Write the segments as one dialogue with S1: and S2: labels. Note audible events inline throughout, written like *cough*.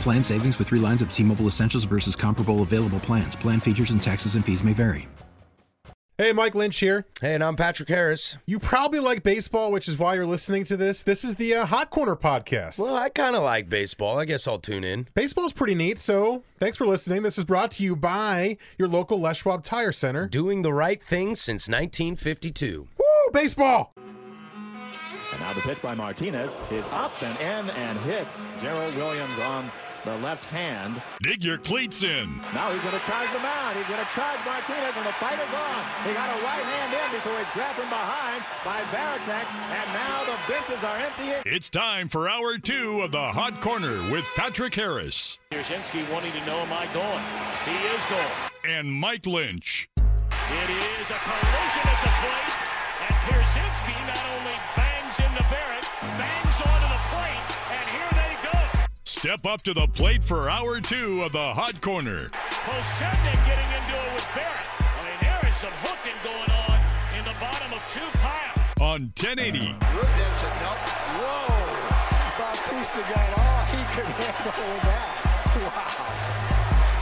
S1: Plan savings with three lines of T Mobile Essentials versus comparable available plans. Plan features and taxes and fees may vary.
S2: Hey, Mike Lynch here.
S3: Hey, and I'm Patrick Harris.
S2: You probably like baseball, which is why you're listening to this. This is the uh, Hot Corner podcast.
S3: Well, I kind of like baseball. I guess I'll tune in.
S2: Baseball's pretty neat, so thanks for listening. This is brought to you by your local Les Schwab Tire Center.
S3: Doing the right thing since 1952.
S2: Woo, baseball!
S4: And now the pitch by Martinez is up and in and hits Gerald Williams on the left hand.
S5: Dig your cleats in.
S4: Now he's going to charge the mound. He's going to charge Martinez, and the fight is on. He got a right hand in before he's grabbed from behind by Baratek, and now the benches are empty.
S5: It's time for hour two of the Hot Corner with Patrick Harris
S6: Yashinsky wanting to know, am I going? He is going.
S5: and Mike Lynch.
S6: It is a collision at the plate, and Pierzynski not only bangs into Barrett, bangs onto the plate, and here they go.
S5: Step up to the plate for hour two of the Hot Corner.
S6: Posednik getting into it with Barrett. I mean, there is some hooking going on in the bottom of two pile.
S5: on 1080
S7: Whoa! Bautista got all he could handle with that. Wow.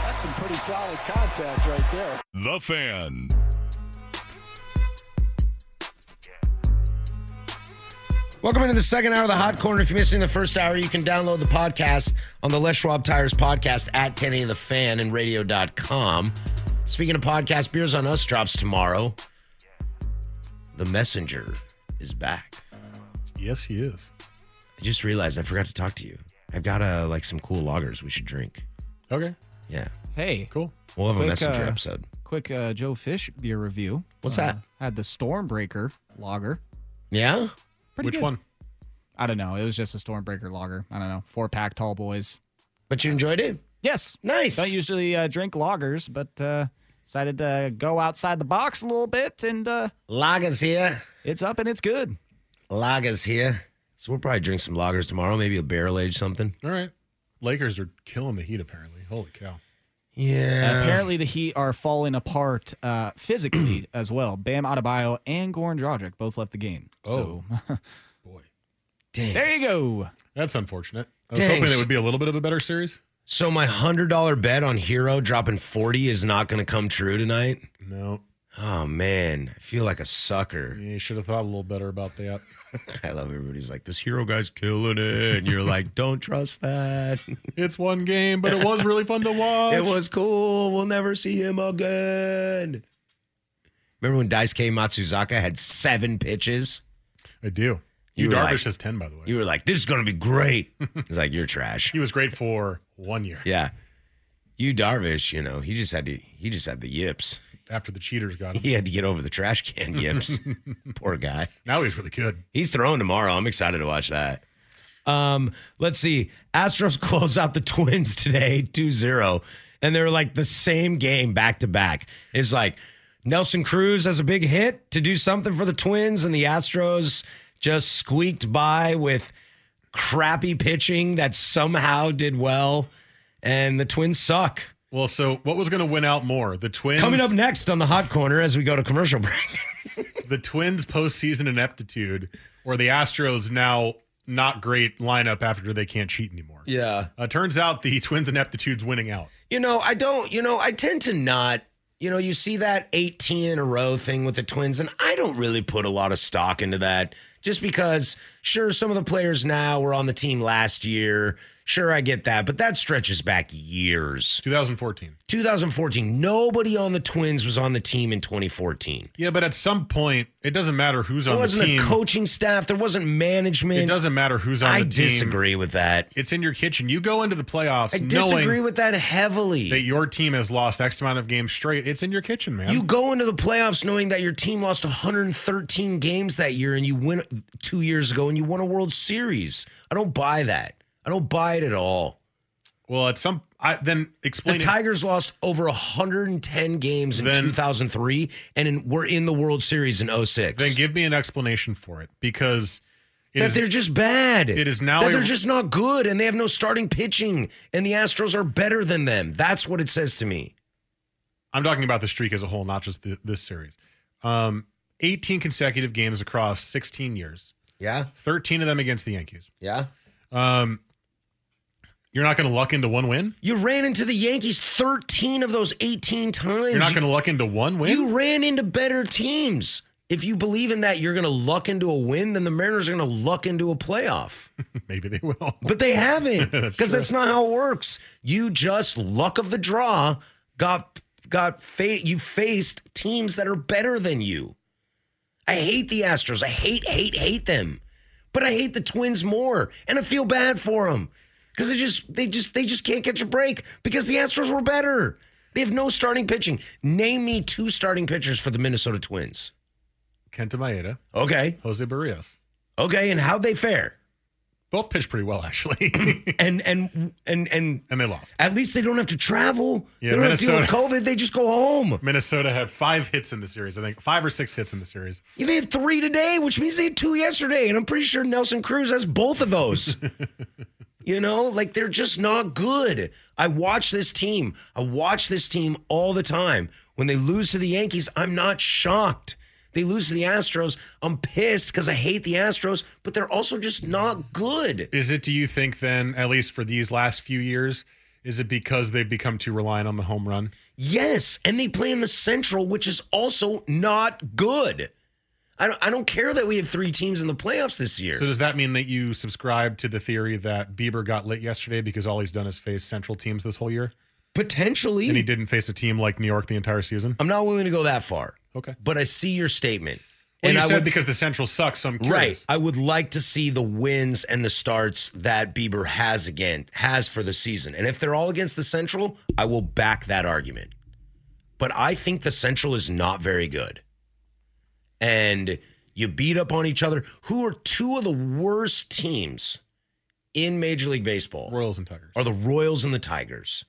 S7: That's some pretty solid contact right there.
S5: The Fan.
S3: Welcome into the second hour of the Hot Corner. If you're missing the first hour, you can download the podcast on the Les Schwab Tires podcast at 1080 The Fan and radio.com. Speaking of podcast, Beers on Us drops tomorrow. The Messenger is back.
S2: Yes, he is.
S3: I just realized I forgot to talk to you. I've got uh, like some cool lagers we should drink.
S2: Okay,
S3: Yeah.
S8: Hey,
S2: cool.
S3: We'll have a
S8: Quick,
S3: Messenger
S8: uh,
S3: episode.
S8: quick uh, Joe Fish beer review.
S3: What's
S8: Uh,
S3: that?
S8: Had the Stormbreaker lager.
S3: Yeah?
S8: Pretty
S2: Which
S8: good.
S2: one?
S8: I don't know. It was just a Stormbreaker lager. I don't know. Four pack tall boys.
S3: But you enjoyed it?
S8: Yes.
S3: Nice.
S8: Don't usually uh, drink lagers, but uh, decided to go outside the box a little bit, and uh,
S3: Lagers here.
S8: it's up and it's good.
S3: Lagers here. So we'll probably drink some lagers tomorrow. Maybe a barrel age something.
S2: All right. Lakers are killing the heat, apparently. Holy cow.
S3: Yeah.
S8: Apparently, the Heat are falling apart uh, physically *clears throat* as well. Bam Adebayo and Goran Dragic both left the game.
S2: Oh.
S8: So
S3: Dang.
S8: *laughs* there you go.
S2: That's unfortunate. I was
S3: Dang.
S2: hoping it would be a little bit of a better series.
S3: So my hundred dollar bet on Hero dropping forty is not going to come true tonight.
S2: No,
S3: Oh man, I feel like a sucker. *laughs*
S2: you should have thought a little better about that.
S3: I love everybody's like this Hero guy's killing it, and you're like, *laughs* don't trust that. *laughs*
S2: It's one game, but it was really fun to watch.
S3: it was cool. We'll never see him again. Remember when Daisuke Matsuzaka had seven pitches?
S2: I do.
S3: You
S2: You,
S3: were
S2: Darvish
S3: like-
S2: has 10, by the way.
S3: You were like, this is going to be great. *laughs* It's like you're
S2: *laughs*
S3: trash.
S2: he was great for one year
S3: Yeah. You Darvish, you know, he just had to he just had the yips.
S2: after the cheaters got him.
S3: He had to get over the trash can
S2: *laughs*
S3: yips. Poor guy.
S2: Now he's really good.
S3: He's throwing tomorrow. I'm excited to watch that. Um, let's see. Astros *laughs* close out the Twins today 2-0 and they're like the same game back to back. It's like Nelson Cruz has a big hit to do something for the Twins and the Astros just squeaked by with crappy pitching that somehow did well and the Twins suck.
S2: Well, so what was going to win out more? The Twins
S3: Coming up next on the hot corner as we go to commercial break.
S2: the Twins postseason ineptitude, or the Astros now not great lineup after they can't cheat anymore.
S3: Yeah.
S2: Uh, turns out the Twins ineptitude's winning out.
S3: You know, I don't, you know, I tend to not, you know, you see that 18 in a row thing with the Twins, and I don't really put a lot of stock into that Just because, sure, some of the players now were on the team last year. Sure, I get that, but that stretches back years.
S2: 2014.
S3: 2014. Nobody on the Twins was on the team in 2014.
S2: Yeah, but at some point, it doesn't matter who's
S3: There
S2: on the
S3: wasn't
S2: team.
S3: a coaching staff. There wasn't management.
S2: It doesn't matter who's on
S3: I
S2: the team.
S3: disagree with that.
S2: It's in your kitchen. You go into the playoffs
S3: I disagree
S2: knowing
S3: with that heavily.
S2: that your team has lost X amount of games straight. It's in your kitchen, man.
S3: You go into the playoffs knowing that your team lost 113 games that year and you win two years ago and you won a World Series. I don't buy that. I don't buy it at all.
S2: well, at some I, then explain
S3: The
S2: it.
S3: Tigers lost over 110 games in
S2: Then-
S3: 2003 and in, we're in the World Series in 06.
S2: then give me an explanation for it because it
S3: that
S2: is-
S3: they're just bad.
S2: it is now
S3: that
S2: a-
S3: they're just not good and they have no starting pitching and the Astros are better than them. That's what it says to me.
S2: I'm talking about the streak as a whole, not just the, this series. Um, 18 consecutive games across 16 years,
S3: Yeah.
S2: 13 of them against the Yankees.
S3: Yeah.
S2: Um, you're not going to luck into one win.
S3: You ran into the Yankees 13 of those 18 times.
S2: You're not going to luck into one win.
S3: You ran into better teams. If you believe in that, you're going to luck into a win, then the Mariners are going to luck into a playoff.
S2: *laughs* Maybe they will.
S3: But they haven't
S2: That's
S3: because that's not how it works. You just luck of the draw got got fa- you faced teams that are better than you. I hate the Astros. I hate hate hate them. But I hate the Twins more and I feel bad for them cuz they just they just they just can't catch a break because the Astros were better. They have no starting pitching. Name me two starting pitchers for the Minnesota Twins.
S2: Kenta Maeda,
S3: Okay.
S2: Jose Barrios.
S3: Okay, and how'd they fare?
S2: Both pitched pretty well, actually. *laughs*
S3: And and and and
S2: and they lost.
S3: At least they don't have to travel.
S2: Yeah,
S3: they don't have to deal
S2: Minnesota-
S3: with COVID. They just go home.
S2: *laughs* Minnesota had five hits in the series, I think. Five or six hits in the series.
S3: Yeah, They had three today, which means they had two yesterday. And I'm pretty sure Nelson Cruz has both
S2: *laughs*
S3: of those. you know, like they're just not good. I watch this team. I watch this team all the time. When they lose to the Yankees, I'm not shocked. They lose to the Astros. I'm pissed because I hate the Astros, but they're also just not good.
S2: Is it, do you think, then, at least for these last few years, is it because they've become too reliant on the home run?
S3: Yes, and they play in the Central, which is also not good. I don't, I don't care that we have three teams in the playoffs this year.
S2: So does that mean that you subscribe to the theory that Bieber got lit yesterday because all he's done is face central teams this whole year,
S3: Potentially,
S2: and he didn't face a team like New York the entire season?
S3: I'm not willing to go that far,
S2: Okay.
S3: but I see your statement.
S2: Well, you
S3: I
S2: said
S3: would,
S2: because the central sucks. So I'm
S3: right,
S2: curious.
S3: I would like to see the wins and the starts that Bieber has again has for the season. And if they're all against the Central, I will back that argument. But I think the Central is not very good. and you beat up on each other, who are two of the worst teams in Major League Baseball
S2: Royals and Tigers.
S3: are the Royals and the Tigers.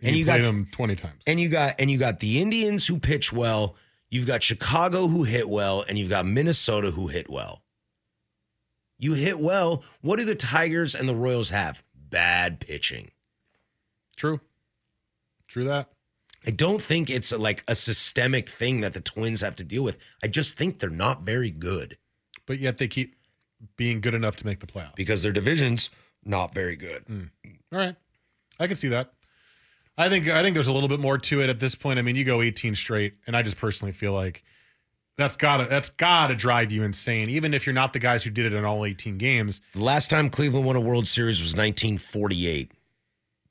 S2: And,
S3: and
S2: you,
S3: you
S2: played
S3: got-
S2: them 20 times.
S3: And you got and you got the Indians who pitch well, you've got Chicago who hit well, and you've got Minnesota who hit well. You hit well. What do the Tigers and the Royals have? Bad pitching.
S2: True. True that.
S3: I don't think it's like a systemic thing that the Twins have to deal with. I just think they're not very good
S2: But yet they keep being good enough to make the playoffs.
S3: because their division's not very good.
S2: All right. I can see that. I think I think there's a little bit more to it at this point. I mean, you go 18 straight, and I just personally feel like that's gotta that's gotta drive you insane, even if you're not the guys who did it in all 18 games.
S3: The last time Cleveland won a World Series was 1948.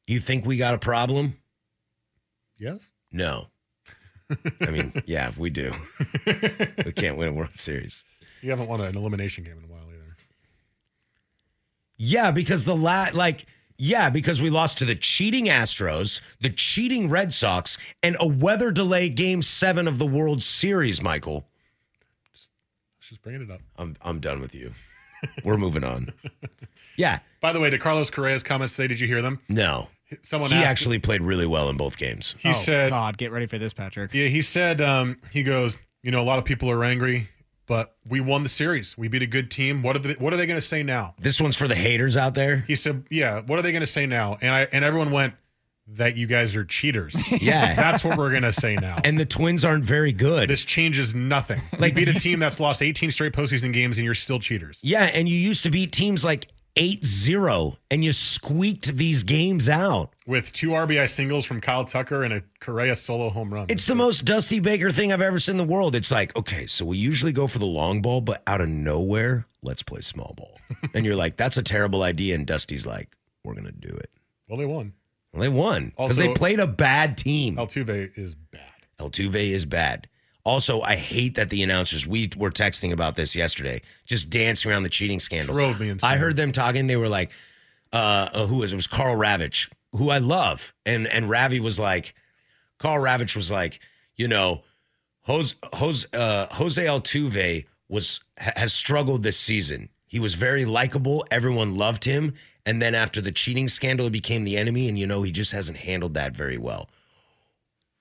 S3: You think we got a problem?
S2: Yes.
S3: No. I *laughs* mean, yeah, we do. We can't win a World Series.
S2: You haven't won an elimination game in a while either.
S3: Yeah, because the la like yeah, because we lost to the cheating Astros, the cheating Red Sox, and a weather delay game 7 of the World Series, Michael.
S2: Just bringing it up.
S3: I'm I'm done with you. We're moving on. *laughs* Yeah.
S2: By the way, to Carlos Correa's comments today, did you hear them?
S3: No.
S2: Someone
S3: he
S2: asked,
S3: actually played really well in both games.
S2: He
S8: oh,
S2: said,
S8: God, get ready for
S3: *laughs*
S8: this, Patrick.
S2: "Yeah, he said, um, he goes, you know, a lot of people are angry, but we won the series. We beat a good team. What are they, what are they going to say now?"
S3: This one's for the haters out there.
S2: He said, "Yeah, what are they going to say now?" And I and everyone went that you guys are cheaters.
S3: *laughs* Yeah.
S2: That's what we're going to say
S3: *laughs*
S2: now.
S3: and the Twins aren't very good.
S2: this changes
S3: *laughs*
S2: nothing. Like beat a team that's lost 18 straight postseason games and you're still cheaters.
S3: Yeah, and you used to beat teams like 8-0 and you squeaked these games out.
S2: with two RBI singles from Kyle Tucker and a Correa solo home run.
S3: It's the most Dusty Baker thing I've ever seen in the world. It's like, okay, so we usually go for the long ball, but out of nowhere, let's play small ball. and you're like, that's a terrible idea. And Dusty's like, we're going to do it.
S2: well, they won.
S3: Well, they won because
S2: Also-
S3: they played a bad team.
S2: Altuve is bad.
S3: Altuve is bad. Also, I hate that the announcers, we were texting about this yesterday, just dancing around the cheating scandal.
S2: Drove me insane.
S3: I heard them talking. They were like, uh, uh, who is it? was Carl Ravitch, who I love. And and Ravi was like, Carl Ravitch was like, you know, Jose Jose, uh, Jose Altuve was ha- has struggled this season. He was very likable. Everyone loved him. And then after the cheating scandal, he became the enemy. And you know, he just hasn't handled that very well.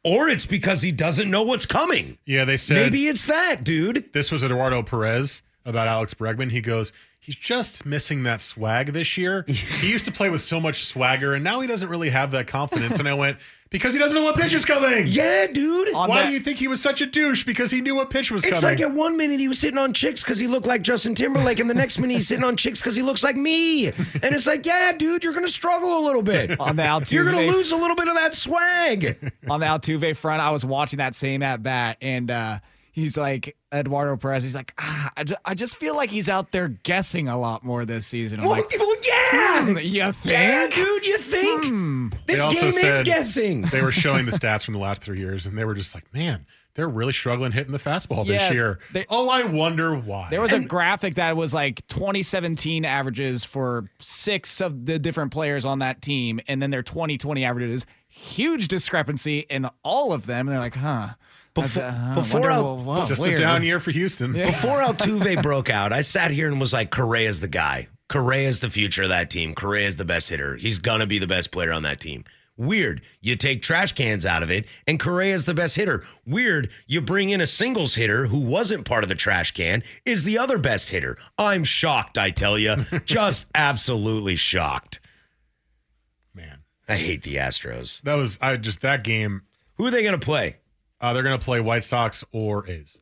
S3: Or it's because he doesn't know what's coming.
S2: Yeah, they said
S3: Maybe it's that, dude.
S2: this was Eduardo Perez about Alex Bregman. He goes, he's just missing that swag this
S3: *laughs*
S2: year. he used to play with so much swagger, and now he doesn't really have that confidence. and I went because he doesn't know what pitch is coming.
S3: Yeah, dude.
S2: Why do you think he was such a douche? Because he knew what pitch was
S3: It's
S2: coming.
S3: like at one minute he was sitting on chicks because he looked like Justin Timberlake, and the next minute he's sitting on chicks because he looks like me. And it's like, yeah, dude, you're gonna struggle a little bit.
S8: *laughs* On the
S3: *laughs*
S8: Altuve-
S3: you're gonna lose a little bit of that swag.
S8: on the Altuve front, I was watching that same at bat, and uh, he's like Eduardo Perez. He's like, ah, I, ju- I just feel like he's out there guessing a lot more this season. I'm
S3: Well,
S8: like,
S3: well, yeah,
S8: "Hmm, you
S3: yeah,
S8: think? Hmm.
S3: dude, you think
S2: They
S3: this
S2: also
S3: game is
S2: said-
S3: guessing?
S2: they were
S3: *laughs*
S2: showing the stats from the last three years, and they were just like, man, they're really struggling hitting the fastball
S8: Yeah,
S2: this year.
S8: they-
S2: oh, I wonder why.
S8: There was a graphic that was like 2017 averages for six of the different players on that team, and then their 2020 averages. Huge discrepancy in all of them. And they're like, huh. that's,
S3: Befo-
S8: uh, huh,
S3: before
S8: wonder
S3: I-
S8: what- what-
S2: just
S8: weird.
S2: a down year for Houston.
S3: Before Altuve broke out, I sat here and was like, Correa's the guy. Correa's the future of that team. Correa's the best hitter. He's going to be the best player on that team. Weird. You take trash cans out of it, and Correa's the best hitter. Weird. You bring in a singles hitter who wasn't part of the trash can, is the other best hitter. I'm shocked, I tell you. Just absolutely shocked.
S2: Man,
S3: I hate the Astros.
S2: that was I just that game.
S3: Who are they going to play?
S2: Uh, they're gonna play White Sox or A's.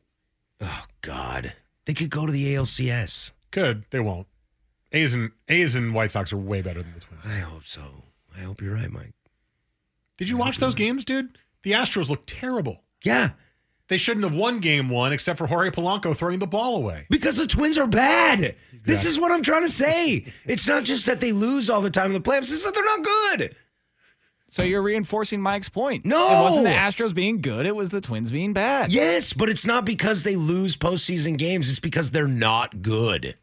S3: Oh, God. They could go to the ALCS.
S2: Could they won't? A's and A's and White Sox are way better than the Twins.
S3: I hope so. I hope you're right, Mike.
S2: Did you watch those games, dude? The Astros looked terrible.
S3: Yeah.
S2: They shouldn't have won Game One, except for Jorge Polanco throwing the ball away.
S3: Because the Twins are bad. This is what I'm trying to say. *laughs* It's not just that they lose all the time in the playoffs, it's that they're not good.
S8: So you're reinforcing Mike's point.
S3: No!
S8: It wasn't the Astros being good, it was the Twins being bad.
S3: Yes, but it's not because they lose postseason games, it's because they're not good.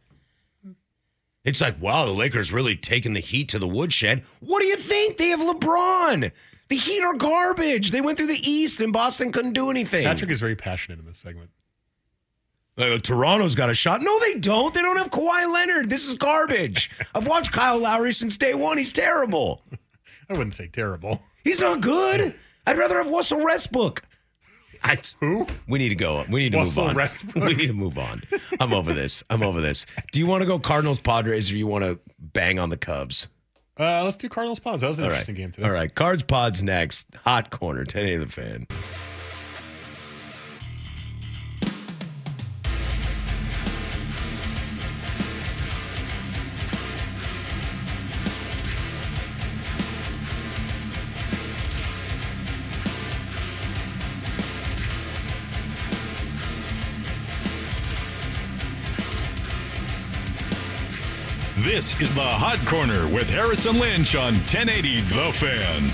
S3: It's like, wow, the Lakers really taking the Heat to the woodshed. What do you think? They have LeBron. The Heat are garbage. They went through the East and Boston couldn't do anything.
S2: Patrick is very passionate in this segment.
S3: Uh, Toronto's got a shot. No, they don't. They don't have Kawhi Leonard. This is garbage. I've watched Kyle Lowry since day one. He's terrible.
S2: I wouldn't say terrible.
S3: He's not good. I'd rather have Russell Westbrook. I,
S2: *laughs* Who?
S3: we need to go. We need to
S2: Russell
S3: move on.
S2: Westbrook.
S3: *laughs* We need to move on. I'm over this. I'm over this. Do you want to go Cardinals Padres or you want to bang on the Cubs?
S2: Uh, let's do Cardinals pause. That was an
S3: All right.
S2: interesting game today.
S3: All right. Cards Pods next. Hot corner. 10 a the fan.
S5: This is the Hot Corner with Harrison Lynch on 1080 The Fan.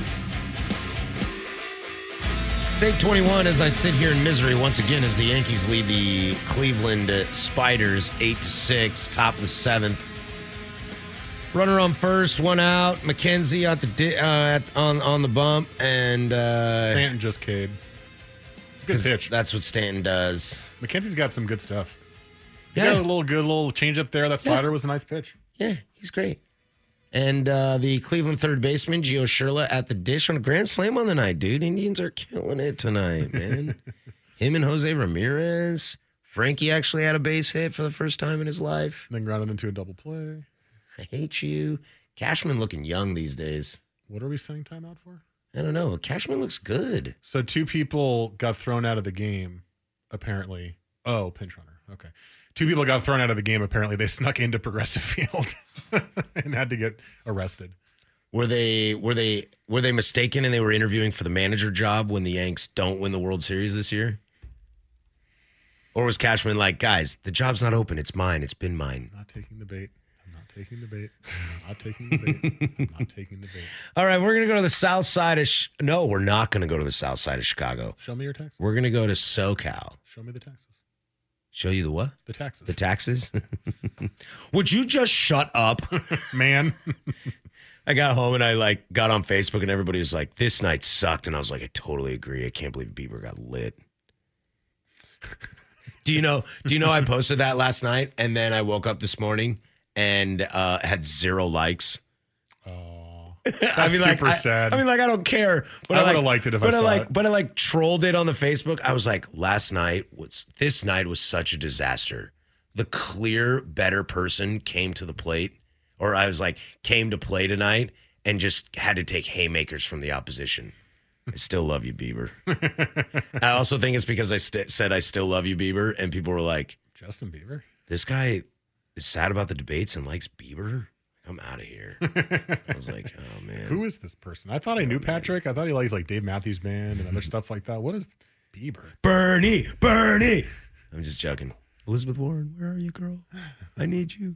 S3: It's 821 as I sit here in misery once again as the Yankees lead the Cleveland uh, Spiders 8 to 6, top of the seventh. Runner on first, one out. McKenzie at the di- uh, at, on on the bump, and uh,
S2: Stanton just caved. It's a good
S3: 'cause
S2: pitch.
S3: that's what Stanton does.
S2: McKenzie's got some good stuff. He
S3: Yeah.
S2: got a little good little change up there. That slider was a nice pitch.
S3: Yeah, he's great. And uh, the Cleveland third baseman Gio Shurla at the dish on a grand slam on the night, dude. Indians are killing it tonight, man. Him and Jose Ramirez. Frankie actually had a base hit for the first time in his life.
S2: And then grounded into a double play.
S3: I hate you. Cashman looking young these days.
S2: What are we saying timeout for?
S3: I don't know. Cashman looks good.
S2: So two people got thrown out of the game, apparently. Oh, pinch runner. Okay. Two people got thrown out of the game, apparently. They *laughs* snuck into Progressive Field *laughs* and had to get arrested.
S3: Were they were they were they mistaken and they were interviewing for the manager job when the Yanks don't win the World Series this year? Or was Cashman like, guys, the job's not open. It's mine. It's been mine.
S2: I'm not taking the bait. I'm not taking the bait. I'm not taking the bait. I'm not taking *laughs* the bait.
S3: All right, we're gonna go to the South Side of. Sh- no, we're not gonna go to the South Side of Chicago.
S2: Show me your taxes.
S3: We're gonna go to SoCal.
S2: Show me the taxes.
S3: Show you the what?
S2: The taxes.
S3: The taxes. *laughs* Would you just shut up?
S2: *laughs* Man.
S3: *laughs* I got home and I like got on Facebook and everybody was like, "This night sucked," and I was like, "I totally agree. I can't believe Bieber got lit." *laughs* do you know? Do you know? I posted that last night, and then I woke up this morning and uh, had zero likes.
S2: Oh.
S3: *laughs* I
S2: That's
S3: mean, like,
S2: super
S3: I,
S2: sad.
S3: I mean, like, I don't care. But
S2: I
S3: I,
S2: would've
S3: like,
S2: liked it if I
S3: but
S2: saw
S3: like,
S2: it.
S3: But I like trolled it on the Facebook. I was like, last night was this night was such a disaster. The clear better person came to the plate, or I was like, came to play tonight and just had to take haymakers from the opposition. I still love you,
S2: *laughs*
S3: Bieber. I also think it's because I st- said I still love you, Bieber, and people were like,
S2: Justin Bieber.
S3: this guy is sad about the debates and likes Bieber. I'm out of here. I was like, oh man.
S2: Who is this person? I thought I knew Patrick. I thought he liked like Dave Matthews Band and other stuff like that. What is Bieber?
S3: Bernie, Bernie. I'm just joking. Elizabeth Warren, where are you, girl? I need you.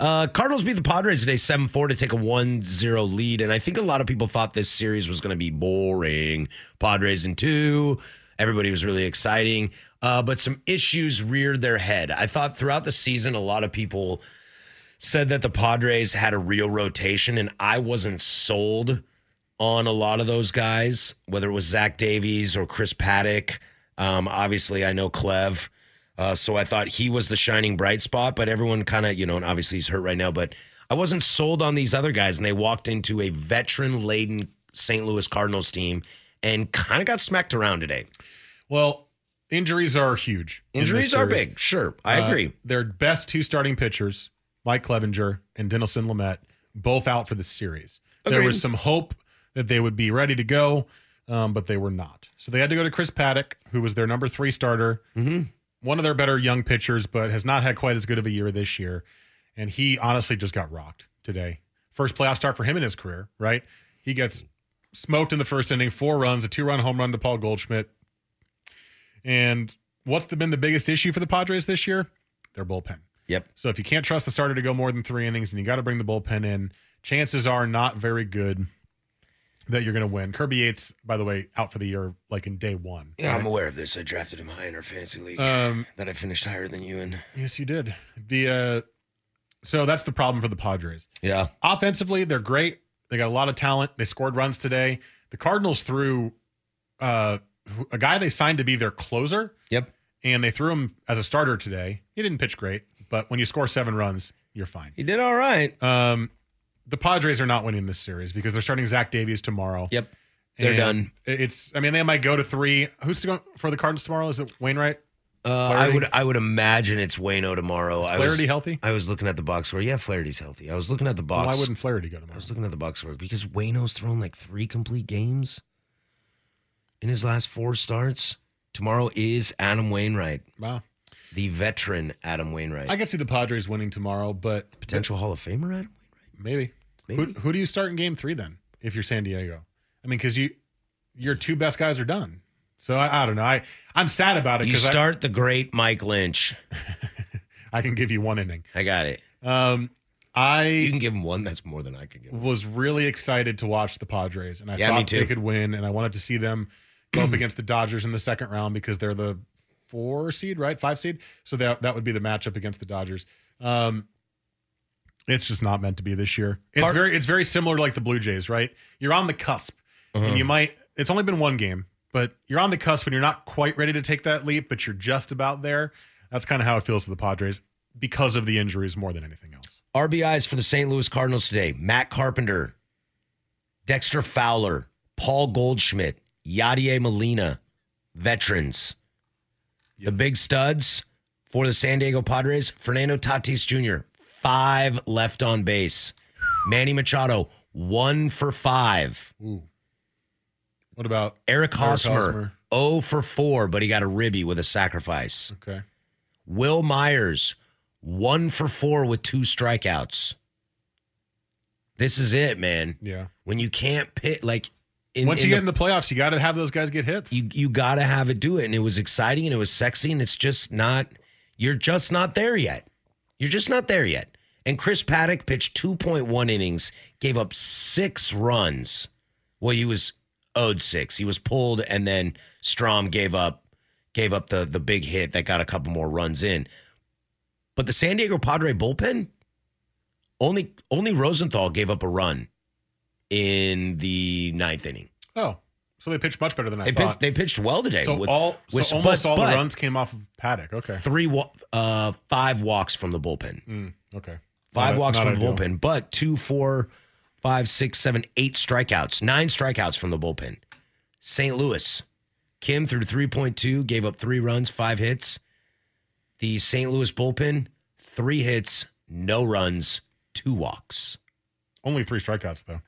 S3: Uh, Cardinals beat the Padres today 7 4 to take a 1 0 lead. And I think a lot of people thought this series was going to be boring. Padres in two. Everybody was really exciting. Uh, but some issues reared their head. I thought throughout the season, a lot of people said that the Padres had a real rotation, and I wasn't sold on a lot of those guys, whether it was Zach Davies or Chris Paddock. Um, obviously, I know Clev. Uh, so I thought he was the shining bright spot, but everyone kind of, you know, and obviously he's hurt right now, but I wasn't sold on these other guys. And they walked into a veteran laden St. Louis Cardinals team and kind of got smacked around today.
S2: Well, injuries are huge. in this
S3: Injuries are
S2: series.
S3: big. Sure. I
S2: Uh,
S3: agree.
S2: Their best two starting pitchers, Mike Clevenger and Denelson Lamette, both out for the series. There
S3: Agreed.
S2: was some hope that they would be ready to go, um, but they were not. So they had to go to Chris Paddock, who was their number three starter,
S3: Mm-hmm.
S2: one of their better young pitchers, but has not had quite as good of a year this year. And he honestly just got rocked today. First playoff start for him in his career, right? He gets smoked in the first inning, four runs, a two run home run to Paul Goldschmidt. And what's the, been the biggest issue for the Padres this year? Their bullpen.
S3: Yep.
S2: So if you can't trust the starter to go more than three innings and you got to bring the bullpen in, chances are not very good that you're going to win. Kirby Yates, by the way, out for the year, like in day one.
S3: Yeah, I'm aware of this. I drafted him high in our fantasy league
S2: Um,
S3: that I finished higher than you in.
S2: yes, you did. The uh, so that's the problem for the Padres.
S3: Yeah.
S2: Offensively, they're great. They got a lot of talent. They scored runs today. The Cardinals threw uh, who- a guy they signed to be their closer,
S3: Yep.
S2: and they threw him as a starter today. He didn't pitch great, but when you score seven runs, you're fine.
S3: He did all right.
S2: Um, the Padres are not winning this series because they're starting Zach Davies tomorrow.
S3: Yep. They're
S2: And
S3: done.
S2: It's. I mean, they might go to three. Who's to go for the Cardinals tomorrow? Is it Wainwright?
S3: Uh, I
S2: Flaherty?
S3: would I would imagine it's Wayno tomorrow.
S2: Is
S3: I
S2: Flaherty
S3: was,
S2: healthy?
S3: I was looking at the box score. Yeah, Flaherty's healthy. I was looking at the box.
S2: Why wouldn't Flaherty go
S3: I
S2: tomorrow?
S3: was looking at the box score because Wayno's thrown like three complete games in his last four starts. Tomorrow is Adam Wainwright,
S2: Wow.
S3: the veteran Adam Wainwright,
S2: I could see the Padres winning tomorrow, but
S3: potential Hall of Famer Adam Wainwright.
S2: maybe.
S3: Maybe.
S2: Who, who do you start in Game Three then? If you're San Diego, I mean, because you your two best guys are done. So I, I don't know. I I'm sad about it
S3: You
S2: because I,
S3: start the great Mike Lynch.
S2: I can give you one inning.
S3: I got it.
S2: Um,
S3: You
S2: I
S3: can give him one. That's more than I can give. Him.
S2: was really excited to watch the Padres, and I
S3: Yeah, me
S2: thought they
S3: too.
S2: could win, and I wanted to see them go
S3: *clears throat*
S2: up against the Dodgers in the second round because they're the four seed, right? Five seed. So that that would be the matchup against the Dodgers. Um, it's just not meant to be this year. It's
S3: Part-
S2: very it's very similar to like the Blue Jays, right? You're on the cusp,
S3: Uh-huh.
S2: and you might. It's only been one game, but you're on the cusp, and you're not quite ready to take that leap, but you're just about there. That's kind of how it feels to the Padres because of the injuries more than anything else.
S3: RBIs for the St. Louis Cardinals today Matt Carpenter, Dexter Fowler, Paul Goldschmidt, Yadier Molina, veterans. The big studs for the San Diego Padres Fernando Tatis Jr., five left on base. Manny Machado, one for five.
S2: Ooh. What about
S3: Eric
S2: Eric
S3: Hosmer,
S2: Hosmer.
S3: 0 for 4, but he got a ribby with a sacrifice.
S2: okay?
S3: Will Myers, one for four with two strikeouts. This is it, man.
S2: Yeah.
S3: When you can't pit like in,
S2: Once you
S3: the
S2: get in the playoffs, you got to have those guys get hits.
S3: you you gotta have it do it. And it was exciting and it was sexy, and it's just not you're just not there yet. You're just not there yet. And Chris Paddock pitched 2.1 innings, gave up six runs. Well, he was owed six. He was pulled, and then Strom gave up gave up the the big hit that got a couple more runs in. But the San Diego Padre bullpen only only Rosenthal gave up a run in the ninth inning.
S2: oh, so they pitched much better than I
S3: They
S2: thought.
S3: pitched, they pitched well today.
S2: so
S3: with-
S2: all,
S3: with-
S2: so almost
S3: but-
S2: all
S3: but
S2: the runs came off of Paddock. Okay.
S3: Three, wa- uh, five walks from the bullpen.
S2: Mm, okay.
S3: Five
S2: Not-
S3: walks
S2: not
S3: from the
S2: ideal.
S3: bullpen, but two, four, five, six, seven, eight strikeouts. Nine strikeouts from the bullpen. St. Louis, Kim threw three point two, gave up three runs, five hits. The St. Louis bullpen, three hits, no runs, two walks.
S2: Only three strikeouts though.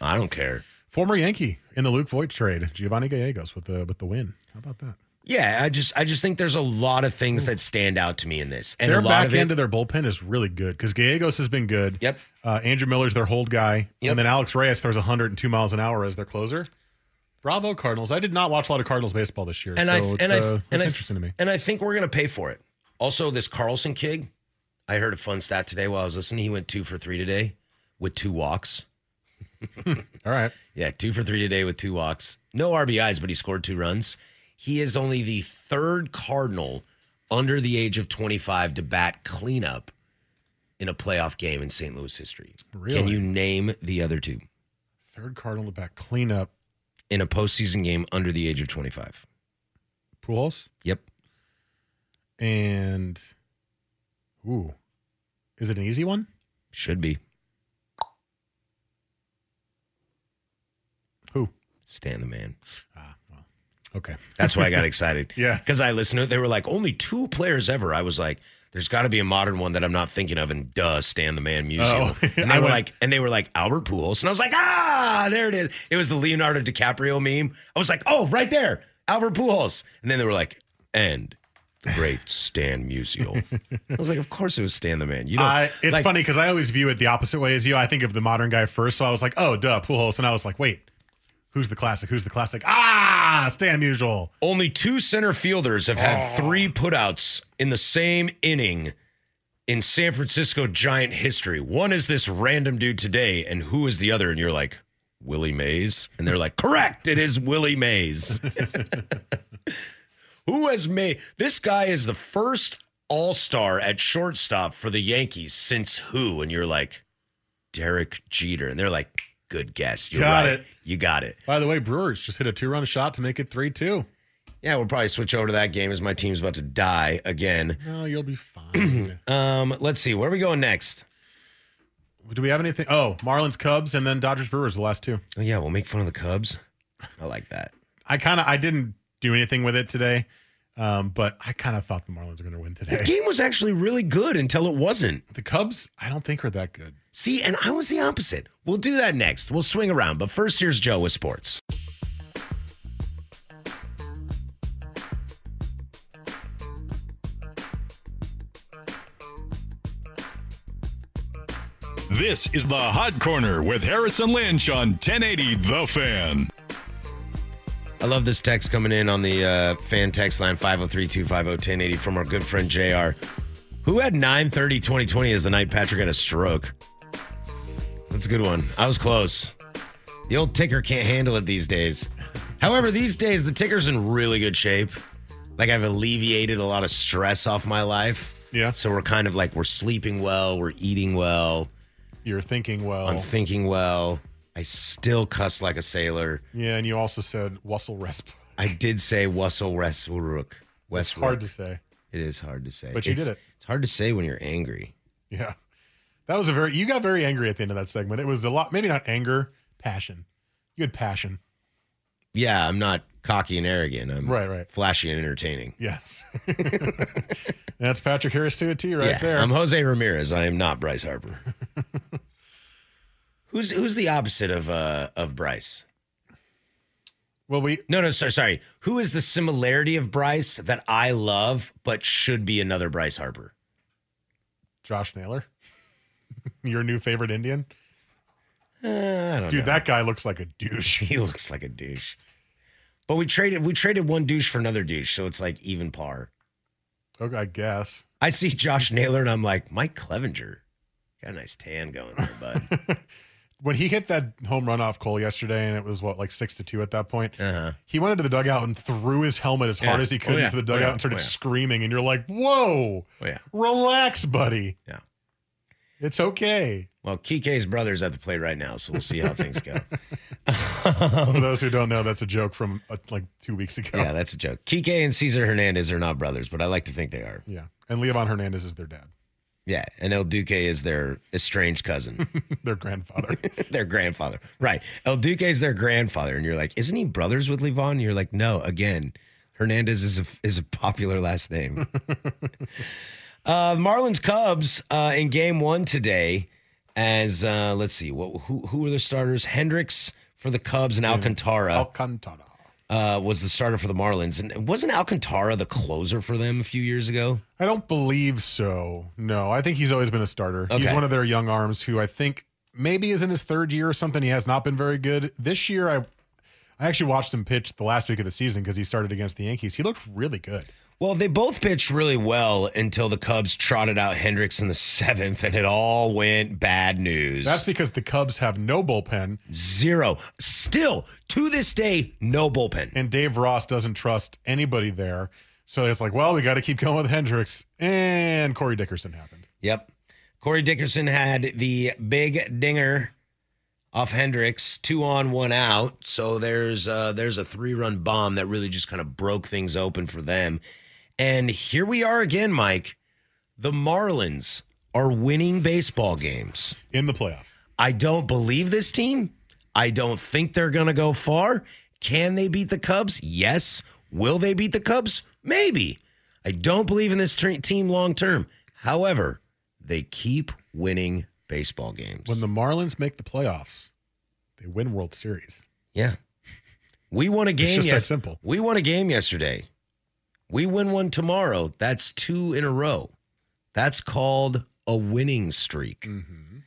S3: I don't care.
S2: Former Yankee in the Luke Voigt trade, Giovanni Gallegos with the with the win. How about that?
S3: Yeah, I just, I just think there's a lot of things that stand out to me in this, and
S2: their
S3: a lot
S2: back
S3: of
S2: end
S3: it.
S2: of their bullpen is really good because Gallegos has been good.
S3: Yep.
S2: Uh, Andrew Miller's their hold guy,
S3: Yep.
S2: and then Alex Reyes throws 102 miles an hour as their closer. Bravo Cardinals! I did not watch a lot of Cardinals baseball this year,
S3: and
S2: so
S3: I
S2: it's,
S3: and I
S2: uh,
S3: and
S2: it's
S3: I,
S2: interesting to me.
S3: And I think we're gonna pay for it. Also, this Carlson kid, I heard a fun stat today while I was listening. He went two for three today with two walks.
S2: All right,
S3: Yeah, two for three today with two walks. No RBIs, but he scored two runs. He is only the third Cardinal under the age of 25 to bat cleanup in a playoff game in St. Louis history. Can
S2: Really?
S3: you name the other two
S2: third Cardinal to back cleanup.
S3: in a postseason game under the age of 25?
S2: Pujols
S3: Yep.
S2: and ooh, is it an easy one?
S3: Should be.
S2: Who?
S3: Stan the man.
S2: Ah, well, okay.
S3: That's why
S2: *laughs*
S3: I got excited.
S2: Yeah.
S3: Because I listened to it. They were like, only two players ever. I was like, there's got to be a modern one that I'm not thinking of. And duh, Stan the Man Musial.
S2: Oh. *laughs*
S3: And
S2: I
S3: they were
S2: went-
S3: like, and they were like, Albert Pujols. And I was like, ah, there it is. It was the Leonardo DiCaprio meme. I was like, oh, right there, Albert Pujols. And then they were like, and the great Stan
S2: *laughs*
S3: Musial. I was like, of course it was Stan the Man. You know,
S2: I, it's
S3: like,
S2: funny because I always view it the opposite way as you. I think of the modern guy first, so I was like, "Oh, duh, Pujols," and I was like, "Wait, who's the classic? Who's the classic?" Ah, Stan Musial.
S3: Only two center fielders have
S2: Oh.
S3: had three putouts in the same inning in San Francisco Giant history. One is this random dude today, and who is the other? And you're like, Willie Mays? And they're like, correct, it is Willie Mays. *laughs* who has made this guy is the first all star at shortstop for the Yankees since who? And you're like, Derek Jeter. And they're like, good guess. You're
S2: Got
S3: right.
S2: it.
S3: You got it.
S2: By the way, Brewers just hit a two-run shot to make it three-two.
S3: Yeah, we'll probably switch over to that game as my team's about to die again.
S2: No, you'll be fine.
S3: Um, let's see. Where are we going next?
S2: *clears throat* Do we have anything? Oh, Marlins, Cubs, and then Dodgers, Brewers. The last two.
S3: Oh yeah, we'll make fun of the Cubs. I like that.
S2: I kind of I didn't do anything with it today, um, but I kind of thought the Marlins are going to win
S3: That
S2: today.
S3: game was actually really good until it wasn't.
S2: The Cubs, I don't think are that good.
S3: See, and I was the opposite. We'll do that next. We'll swing around, but first here's Joe with sports.
S5: This is the Hot Corner with Harrison Lynch on 1080 The Fan.
S3: I love this text coming in on the uh, fan text line 503-250-1080 from our good friend JR, who had 9-30-2020 as the night Patrick had a stroke. That's a good one. I was close. The old ticker can't handle it these days. However, these days the ticker's in really good shape. Like I've alleviated a lot of stress off my life.
S2: Yeah.
S3: So we're kind of like we're sleeping well, we're eating well,
S2: You're thinking well,
S3: I'm thinking well. I still cuss like a sailor.
S2: yeah, and you also said Russell Resp. *laughs*
S3: I did say Wussel Westbrook.
S2: It's hard
S3: Westbrook.
S2: to say.
S3: It is hard to say.
S2: But you
S3: It's-
S2: did it.
S3: It's hard to say when you're angry.
S2: Yeah. That was a very you got very angry at the end of that segment. It was a lot maybe not anger, passion. You had passion.
S3: Yeah, I'm not cocky and arrogant. I'm
S2: Right, right.
S3: flashy and entertaining.
S2: Yes. *laughs* That's Patrick Harris to a T right
S3: yeah,
S2: there.
S3: I'm Jose Ramirez. I am not Bryce
S2: *laughs*
S3: Harper. who's who's the opposite of uh of Bryce?
S2: Well, we
S3: No, no, sorry, sorry. Who is the similarity of Bryce that I love but should be another Bryce Harper?
S2: Josh Naylor, *laughs* your new favorite Indian
S3: Uh, I don't
S2: dude.
S3: know.
S2: That guy looks like a douche.
S3: *laughs*
S2: *laughs*
S3: he looks like a douche. But we traded we traded one douche for another douche, so it's like even par.
S2: Okay, Oh, I guess.
S3: I see Josh Naylor and I'm like, Mike Clevenger. Got a nice tan going there, bud.
S2: when he hit that home run off Cole yesterday, and it was what like six to two at that point,
S3: *laughs* Uh-huh.
S2: he went into the dugout and threw his helmet as
S3: Yeah.
S2: hard as he
S3: Oh,
S2: could
S3: yeah.
S2: into the
S3: Oh,
S2: dugout
S3: yeah.
S2: and started
S3: Oh, yeah.
S2: screaming. And you're like, "Whoa,
S3: Oh yeah.
S2: relax, buddy.
S3: Yeah.
S2: it's okay."
S3: Well, Kike's brother's at the plate right now, so we'll see how things *laughs* go.
S2: For those who don't know, that's a joke from uh, like two weeks ago.
S3: yeah, that's a joke. Kike and Cesar Hernandez are not brothers, but I like to think they are.
S2: Yeah. and Leon Hernandez is their dad, *laughs*
S3: Yeah, and El Duque is their estranged cousin.
S2: their grandfather.
S3: *laughs* their grandfather. Right. El Duque is their grandfather. And you're like, isn't he brothers with Levon? And you're like, no, again, Hernandez is a, is a popular last name. uh, Marlins Cubs uh, in game one today as, uh, let's see, what, who, who were the starters? Hendricks for the Cubs and Alcantara
S2: Alcantara.
S3: uh, was the starter for the Marlins. And wasn't Alcantara the closer for them a few years ago?
S2: I don't believe so. No, I think he's always been a starter. He's
S3: Okay.
S2: one of their young arms who I think maybe is in his third year or something. He has not been very good this year. I I actually watched him pitch the last week of the season because he started against the Yankees. He looked really good.
S3: Well, they both pitched really well until the Cubs trotted out Hendricks in the *laughs* seventh, and it all went bad news.
S2: That's because the Cubs have no bullpen
S3: Zero. Still, to this day, no bullpen.
S2: and Dave Ross doesn't trust anybody there. So it's like, well, we got to keep going with Hendricks and Corey Dickerson happened.
S3: Yep. Corey Dickerson had the big dinger off Hendricks, two on, one out. So there's uh, there's a three run bomb that really just kind of broke things open for them. And here we are again, Mike. The Marlins are winning baseball games.
S2: in the playoffs.
S3: I don't believe this team. I don't think they're going to go far. Can they beat the Cubs? Yes. Will they beat the Cubs? Maybe. I don't believe in this tre- team long term. However, they keep winning baseball games.
S2: When the Marlins make the playoffs, they win World Series.
S3: yeah. We won a game
S2: just that
S3: yes-
S2: simple.
S3: We won a game yesterday. We win one tomorrow. That's two in a row. That's called a winning streak.
S2: Mm-hmm.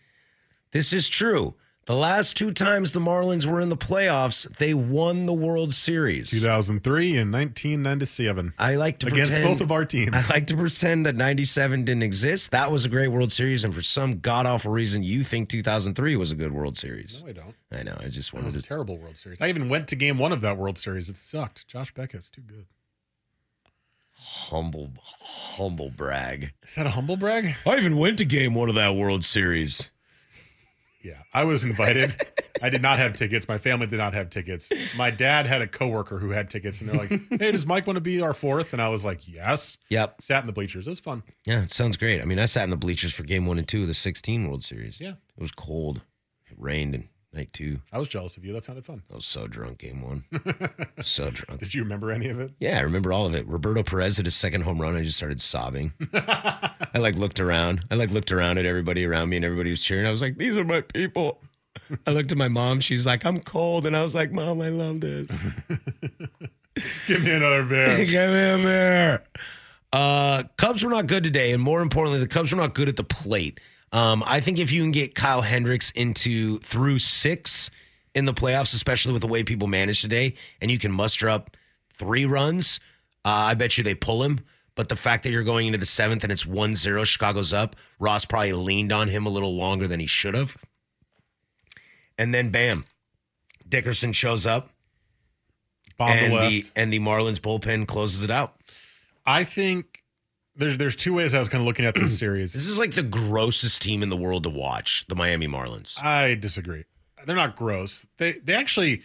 S3: This is true. The last two times the Marlins were in the playoffs, they won the World Series.
S2: 2003 and 1997
S3: I like to
S2: against
S3: pretend,
S2: both of our teams.
S3: *laughs* I like to pretend that 97 didn't exist. That was a great World Series and for some god awful reason you think 2003 was a good World Series.
S2: no, I don't.
S3: I know. I just
S2: That was
S3: wanted
S2: a
S3: to
S2: terrible World Series. I even went to game one of that World Series. It sucked. Josh Beck is too good.
S3: humble humble brag.
S2: Is that a humble brag?
S3: I even went to game one of that World Series.
S2: Yeah, I was invited. I did not have tickets. My family did not have tickets. My dad had a coworker who had tickets, and they're like, *laughs* "Hey, does Mike want to be our fourth? And I was like, "Yes."
S3: Yep.
S2: Sat in the bleachers. It was fun.
S3: Yeah, it sounds great. I mean, I sat in the bleachers for game one and two of the 16 World Series.
S2: Yeah.
S3: It was cold. It rained in night two.
S2: I was jealous of you. That sounded fun.
S3: I was so drunk game *laughs* one. so drunk.
S2: Did you remember any of it?
S3: Yeah, I remember all of it. Roberto Perez hit his second home run. I just started *laughs* sobbing. I like looked around. I like looked around at everybody around me and everybody was cheering. I was like, these are my people. I looked at my mom. She's like, I'm cold. And I was like, Mom, I love this.
S2: Give me another beer.
S3: Give me a beer. Uh, Cubs were not good today, and more importantly, the Cubs were not good at the plate. Um, I think if you can get Kyle Hendricks into through six in the playoffs, especially with the way people manage today, and you can muster up three runs, uh, I bet you they pull him. But the fact that you're going into the seventh and it's 1 0, Chicago's up, Ross probably leaned on him a little longer than he should have. And then, bam, Dickerson shows up,
S2: Bomb
S3: and,
S2: the left.
S3: the, and the Marlins bullpen closes it out.
S2: I think there's there's two ways I was kind of looking at
S3: *clears throat*
S2: this series.
S3: This is like the grossest team in the world to watch, the Miami Marlins.
S2: I disagree. They're not gross. They they actually,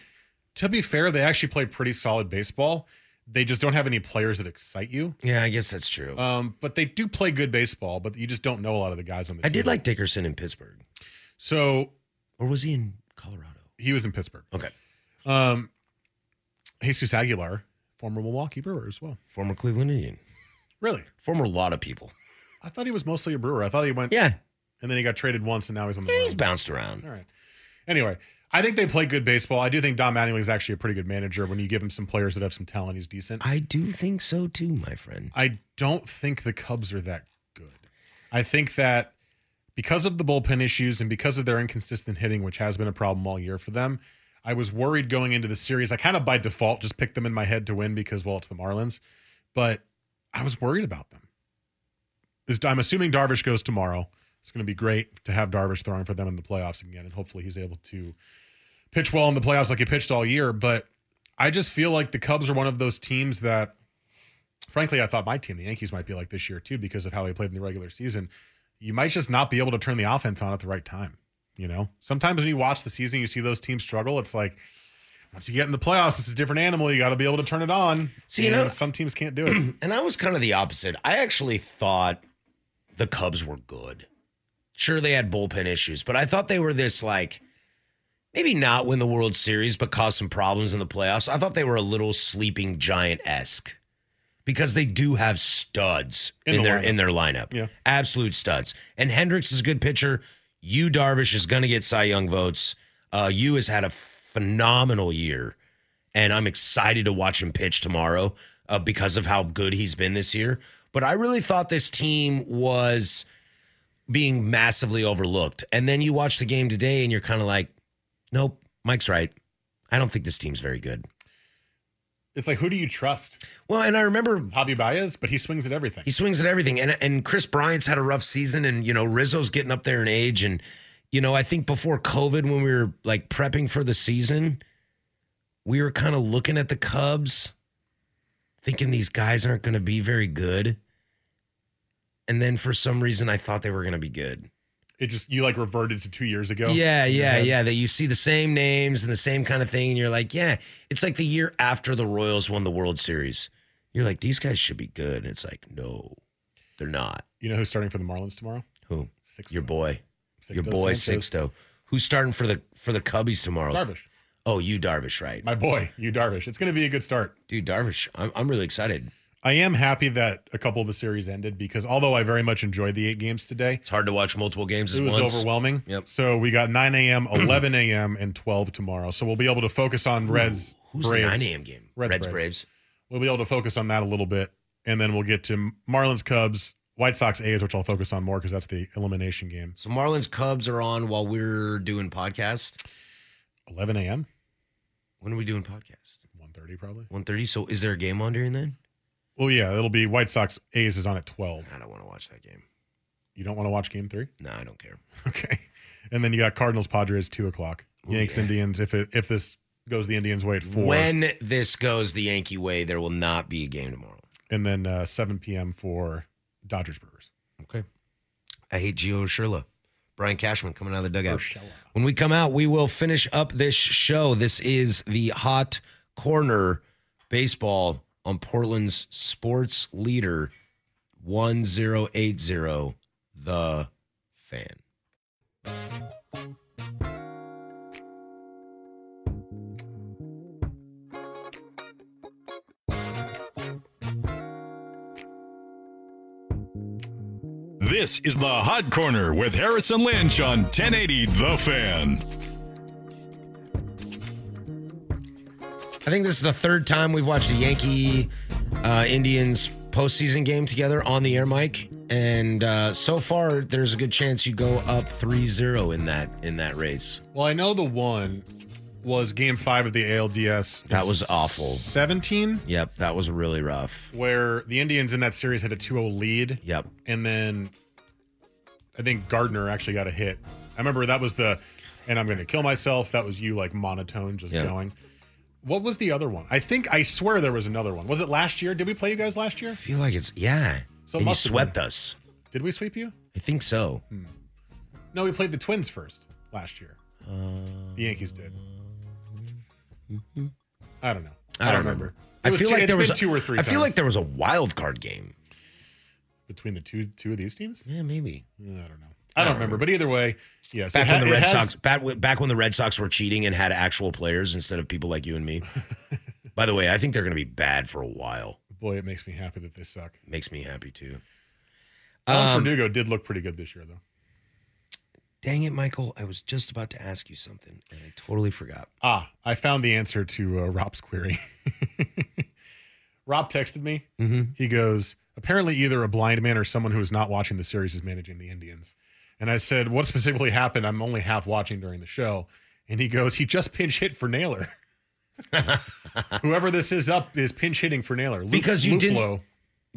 S2: to be fair, they actually play pretty solid baseball. They just don't have any players that excite you.
S3: Yeah, I guess that's true.
S2: Um, but they do play good baseball. But you just don't know a lot of the guys on the
S3: I
S2: team.
S3: did like Dickerson in Pittsburgh.
S2: so
S3: Or was he in Colorado?
S2: he was in Pittsburgh.
S3: Okay.
S2: Um, Jesus Aguilar, former Milwaukee Brewer as well.
S3: Former Cleveland Indian.
S2: Really,
S3: Former lot of people.
S2: I thought he was mostly a Brewer. I thought he went
S3: Yeah.
S2: and then he got traded once, and now he's on the.
S3: He's
S2: Browns.
S3: bounced around.
S2: All right. Anyway, I I think they play good baseball. I do think Don Mattingly is actually a pretty good manager when you give him some players that have some talent. He's decent.
S3: I do think so too, my friend.
S2: I don't think the Cubs are that good. I think that because of the bullpen issues and because of their inconsistent hitting, which has been a problem all year for them, I was worried going into the series. I kind of by default just picked them in my head to win because, well, it's the Marlins, but I was worried about them. This- I'm assuming Darvish goes tomorrow. It's going to be great to have Darvish throwing for them in the playoffs again, and hopefully he's able to pitch well in the playoffs like he pitched all year. But I just feel like the Cubs are one of those teams that frankly, I thought my team, the Yankees, might be like this year too because of how they played in the regular season. You might just not be able to turn the offense on at the right time. You know, sometimes when you watch the season, you see those teams struggle. It's like once you get in the playoffs, it's a different animal. You got to be able to turn it on.
S3: See, you
S2: And
S3: know-
S2: some teams can't do
S3: *clears throat*
S2: it.
S3: and I was kind of the opposite. I actually thought the Cubs were good. Sure, they had bullpen issues, but I thought they were this like maybe not win the World Series, but cause some problems in the playoffs. I thought they were a little sleeping giant esque because they do have studs in,
S2: In the
S3: their
S2: lineup.
S3: in their lineup.
S2: Yeah.
S3: absolute studs. And Hendricks is a good pitcher. You Darvish is going to get Cy Young votes. Uh, you has had a phenomenal year and I'm excited to watch him pitch tomorrow uh, because of how good he's been this year. But I really thought this team was being massively overlooked. And then you watch the game today and you're kind of like, nope, Mike's right. I don't think this team's very good.
S2: It's like, who do you trust?
S3: Well, and I remember
S2: Javi Baez, but he swings at everything.
S3: He swings at everything. And and Chris Bryant's had a rough season and you know, Rizzo's getting up there in age and you know, I think before COVID when we were like prepping for the season, we were kind of looking at the Cubs thinking these guys aren't going to be very good. And then for some reason I thought they were going to be good.
S2: It just, you like reverted to two years ago.
S3: Yeah,
S2: in your
S3: yeah,
S2: head.
S3: yeah. That you see the same names and the same kind of thing, and you're like, yeah, it's like the year after the Royals won the World Series. You're like, these guys should be good. And it's like, no, they're not.
S2: You know who's starting for the Marlins tomorrow?
S3: Who?
S2: Sixto.
S3: Your boy.
S2: Sixto
S3: Your boy
S2: Sanchez.
S3: Sixto. Who's starting for the for the Cubbies tomorrow?
S2: Darvish.
S3: Oh, you Darvish, right.
S2: My boy, you Darvish. It's going to be a good start.
S3: Dude, Darvish. I'm I'm really excited.
S2: I am happy that a couple of the series ended because although I very much enjoyed the eight games today,
S3: It's hard to watch multiple games at
S2: It was
S3: once.
S2: overwhelming.
S3: Yep.
S2: So we got 9 *clears throat* a.m., 11 a.m., and 12 tomorrow. So we'll be able to focus on Reds.
S3: Who's
S2: Braves.
S3: the 9 a.m. game?
S2: Reds,
S3: Reds
S2: Braves.
S3: Braves.
S2: We'll be able to focus on that a little bit, and then we'll get to Marlins, Cubs, White Sox, A's, which I'll focus on more because that's the elimination game.
S3: So Marlins Cubs are on while we're doing podcast.
S2: 11 a.m.,
S3: When are we doing podcast?
S2: 1:30 probably.
S3: 1.30. So is there a game on during then?
S2: Well, yeah, it'll be White Sox. A's is on at 12.
S3: I don't want to watch that game.
S2: You don't want to watch Game Three,
S3: No, I don't care.
S2: *laughs* okay? And then you got Cardinals, Padres, two o'clock.
S3: Ooh,
S2: Yanks,
S3: yeah.
S2: Indians. If it, if this goes the Indians' way at four,
S3: When this goes the Yankee way, there will not be a game tomorrow.
S2: and then uh, 7 p.m. for Dodgers, Brewers.
S3: Okay. I hate Gio Urshela. Brian Cashman coming out of the dugout.
S2: Urshela.
S3: When we come out, we will finish up this show. This is the Hot Corner Baseball on Portland's sports leader 1080 The Fan.
S5: This is the Hot Corner with Harrison Lynch on 1080 The Fan.
S3: I think this is the third time we've watched a Yankee uh, Indians postseason game together on the air mic, and uh, so far there's a good chance you go up 3-0 in that in that race.
S2: Well, I know the one was game five of the ALDS.
S3: That was awful.
S2: 17,
S3: Yep, that was really rough.
S2: where the Indians in that series had a 2 0 lead.
S3: Yep.
S2: And then I think Gardner actually got a hit. I remember that was the, and I'm going to kill myself. That was you like monotone just
S3: Yeah.
S2: going. What was the other one? I think, I swear there was another one. Was it last year? Did we play you guys last year?
S3: I feel like it's yeah.
S2: So it
S3: and you
S2: must have
S3: swept
S2: been.
S3: us.
S2: Did we sweep you?
S3: I think so.
S2: No, we played the Twins first last year. the Yankees did. I don't know.
S3: Uh, mm-hmm. I don't remember.
S2: It
S3: I
S2: was
S3: feel
S2: two-
S3: like
S2: it's
S3: there was
S2: been two or three
S3: I feel
S2: times.
S3: like there was a wild card game.
S2: between the two two of these teams?
S3: Yeah, maybe.
S2: I don't know. I don't remember, but either way, yes. it
S3: Back
S2: ha-
S3: when the
S2: it
S3: Red
S2: has-
S3: Sox back, w- back when the Red Sox were cheating and had actual players instead of people like you
S2: *laughs*
S3: and me. By the way, I think they're going to be bad for a while.
S2: boy, it makes me happy that they suck.
S3: Makes me happy too.
S2: Alex
S3: Um,
S2: Verdugo did look pretty good this year, though.
S3: Dang it, Michael. I was just about to ask you something and I totally forgot.
S2: Ah, I found the answer to uh, Rob's query. *laughs* Rob texted me.
S3: Mhm.
S2: He goes, apparently, either a blind man or someone who is not watching the series is managing the Indians. And I said, what specifically happened? I'm only half watching during the show. And he goes, he just pinch hit for Naylor. *laughs* Whoever this is up is pinch hitting for Naylor. Luke-
S3: Because you
S2: Luke
S3: didn't-
S2: Lowe.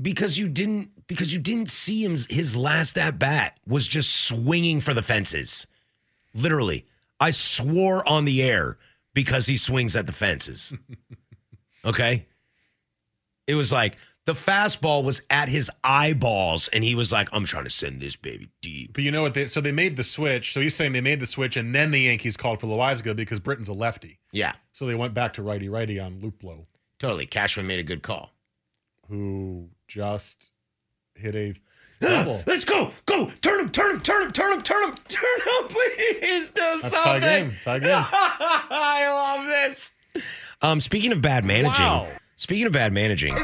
S3: Because you didn't because you didn't see him his last at bat was just swinging for the fences. Literally. I swore on the air because he swings at the fences. *laughs* Okay? It was like the fastball was at his eyeballs and he was like, I'm trying to send this baby deep.
S2: But you know what? They, so they made the switch. So he's saying they made the switch, and then the Yankees called for Loizaga because Britain's a lefty.
S3: Yeah,
S2: So they went back to righty righty on Luplo,
S3: totally. Cashman made a good call.
S2: who just hit *gasps* a double.
S3: Let's go, go, turn him, turn him, turn him, turn him, turn him, turn him, please do
S2: That's tie
S3: something.
S2: game. Tie game.
S3: I love this. Um, speaking of bad managing, speaking of bad managing,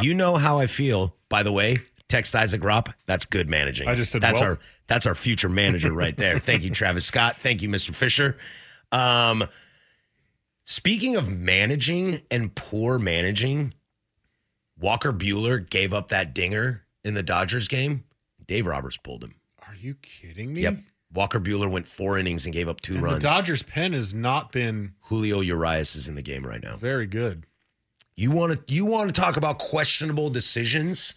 S3: you know how I feel. By the way, text Isaac Rop. That's good managing.
S2: I just said,
S3: that's
S2: well.
S3: our that's our future manager
S2: *laughs*
S3: right there. Thank you, Travis Scott. Thank you, Mr. Fisher. Um, speaking of managing and poor managing, Walker Bueller gave up that dinger in the Dodgers game. Dave Roberts pulled him.
S2: Are you kidding me?
S3: Yep. Walker Bueller went four innings and gave up two
S2: Mm-hmm. And the
S3: runs.
S2: Dodgers pen has not been
S3: Julio Urias is in the game right now.
S2: very good.
S3: You want to you want to talk about questionable decisions?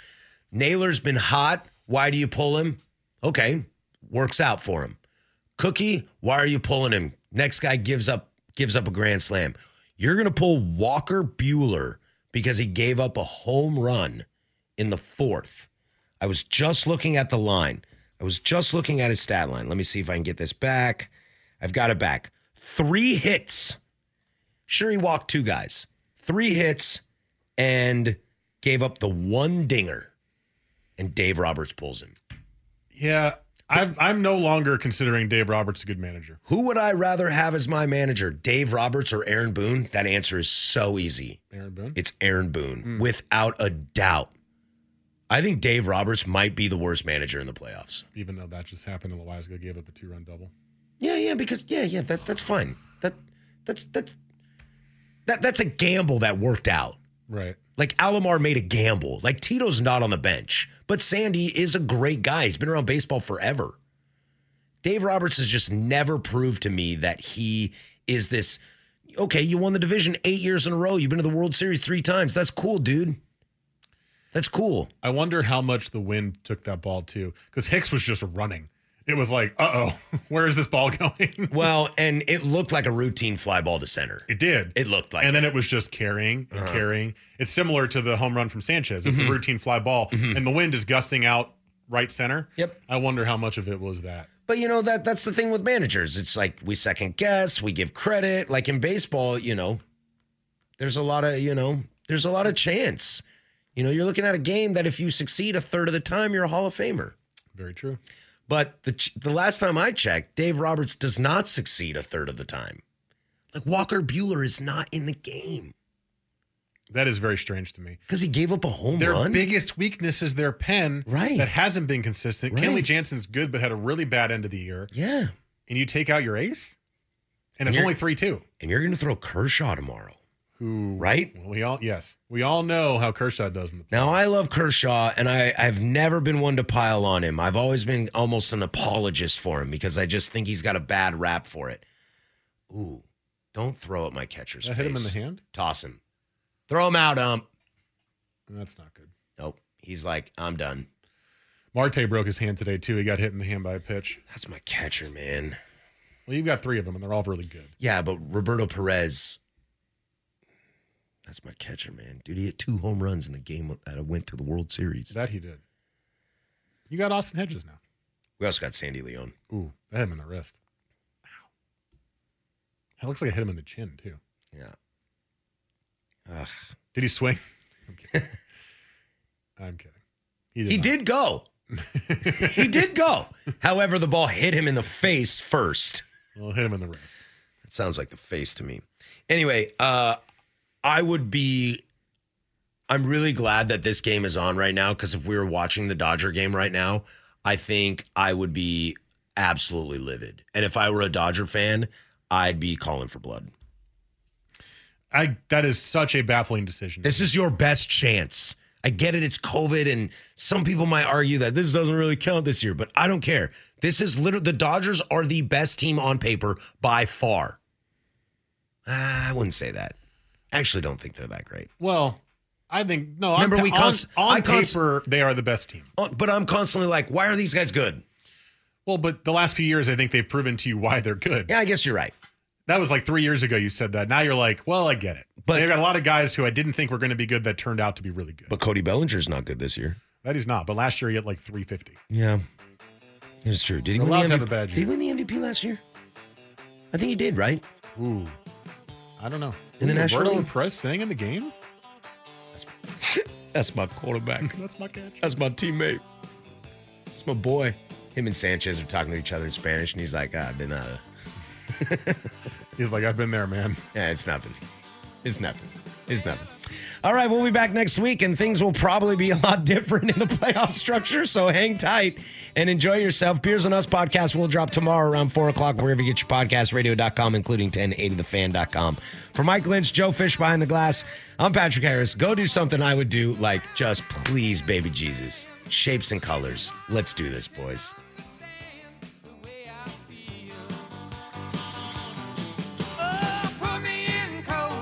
S3: Naylor's been hot. Why do you pull him? Okay, works out for him. Cookie, why are you pulling him? Next guy gives up gives up a grand slam. You're going to pull Walker Bueller because he gave up a home run in the 4th. I was just looking at the line. I was just looking at his stat line. Let me see if I can get this back. I've got it back. 3 hits. Sure he walked two guys. 3 hits and gave up the one dinger. And Dave Roberts pulls him.
S2: Yeah. I've, I'm no longer considering Dave Roberts a good manager.
S3: Who would I rather have as my manager, Dave Roberts or Aaron Boone? That answer is so easy.
S2: Aaron Boone.
S3: It's Aaron Boone, without a doubt. I think Dave Roberts might be the worst manager in the playoffs.
S2: Even though that just happened, and Loizaga gave up a two run double.
S3: Yeah, yeah, because yeah, yeah, that that's fine. That that's that's that that's a gamble that worked out.
S2: Right.
S3: Like Alomar made a gamble. Like Tito's not on the bench, but Sandy is a great guy. He's been around baseball forever. Dave Roberts has just never proved to me that he is this. Okay, you won the division eight years in a row. You've been to the World Series three times. That's cool, dude. That's cool.
S2: I wonder how much the wind took that ball too, because Hicks was just running. It was like, uh oh, *laughs* where is this ball going?
S3: Well, and it looked like a routine fly ball to center.
S2: It did.
S3: It Uh-huh. looked like
S2: and then it was just carrying and carrying. It's similar to the home run from Sanchez.
S3: Mm-hmm.
S2: It's a routine fly ball, and the wind is gusting out right center.
S3: Yep.
S2: I wonder how much of it was that.
S3: But you know that that's the thing with managers. It's like we second guess, we give credit. Like in baseball, you know, there's a lot of you know, there's a lot of chance. You know, you're looking at a game that if you succeed a third of the time, you're a Hall of Famer.
S2: Very true.
S3: But the ch- the last time I checked, Dave Roberts does not succeed a third of the time. Like Walker Bueller is not in the game
S2: That is very strange to me.
S3: because he gave up a home
S2: Their
S3: run.
S2: biggest weakness is their pen,
S3: Right.
S2: That hasn't been consistent.
S3: Right.
S2: Kenley Jansen's good, but had a really bad end of the year.
S3: yeah,
S2: And you take out your ace, and it's
S3: You're-
S2: only three two.
S3: and you're gonna throw Kershaw tomorrow.
S2: Who?
S3: Right?
S2: Well, we all yes, we all know how Kershaw does in the
S3: Now I love Kershaw, and I, I've never been one to pile on him. I've always been almost an apologist for him because I just think he's got a bad rap for it. Ooh, don't throw at my catcher's
S2: That hit
S3: face.
S2: him in the hand?
S3: Toss him. Throw him out, ump.
S2: That's not good.
S3: Nope. He's like, I'm done.
S2: Marte broke his hand today too. He got hit in the hand by a pitch.
S3: That's my catcher, man.
S2: Well, you've got three of them, and they're all really good.
S3: Yeah, but Roberto Perez. That's my catcher, man. Dude, he hit two home runs in the game that went to the World Series.
S2: That he did. You got Austin Hedges now.
S3: we also got Sandy Leone.
S2: Ooh, that hit him in the wrist. Ow. That looks like it hit him in the chin too.
S3: Yeah. Ugh.
S2: Did he swing? I'm kidding. I'm kidding.
S3: He
S2: not.
S3: did go. he did go. However, the ball hit him in the face first.
S2: Well, hit him in the wrist.
S3: It sounds like the face to me. Anyway, uh, I would be. I'm really glad that this game is on right now because if we were watching the Dodger game right now, I think I would be absolutely livid. And if I were a Dodger fan, I'd be calling for blood.
S2: I that is such a baffling decision.
S3: This is your best chance. I get it, it's COVID, and some people might argue that this doesn't really count this year, but I don't care. This is literally the Dodgers are the best team on paper by far. Ah, I wouldn't say that. I actually don't think they're that great.
S2: Well, I think no.
S3: Remember
S2: on,
S3: we
S2: on-
S3: const-
S2: on,
S3: I const-
S2: paper they are the best team.
S3: Oh, But I'm constantly like, why are these guys good?
S2: Well, but the last few years I think they've proven to you why they're good.
S3: Yeah, I guess you're right.
S2: That was like three years ago you said that. Now you're like, well, I get it.
S3: But-
S2: But they've got a lot of guys who I didn't think were going to be good that turned out to be really good.
S3: But Cody Bellinger's not good this year.
S2: That is not. But last year he had like 350.
S3: Yeah, it's true. Did he
S2: They're
S3: win
S2: allowed
S3: the
S2: to have
S3: MVP?
S2: a bad
S3: Did he win the MVP last year? I think he did, right?
S2: Ooh, I don't know.
S3: In the
S2: Ooh,
S3: National
S2: Roberto
S3: League?
S2: Perez staying in the game?
S3: That's my quarterback.
S2: That's my catch.
S3: That's my teammate. It's my boy. Him and Sanchez are talking to each other in Spanish, and he's like, ah, de nada.
S2: *laughs* He's like, I've been there, man.
S3: Yeah, it's nothing. It's nothing. It's nothing. All right, we'll be back next week, and things will probably be a lot *laughs* different in the playoff structure. So hang tight and enjoy yourself. Beers on Us podcast will drop tomorrow around 4 o'clock, wherever you get your podcast, radio.com, including 1080thefan.com. For Mike Lynch, Joe Fish behind the glass, I'm Patrick Harris. Go do something I would do, like just please, baby Jesus. Shapes and colors. Let's do this, boys.
S8: Oh,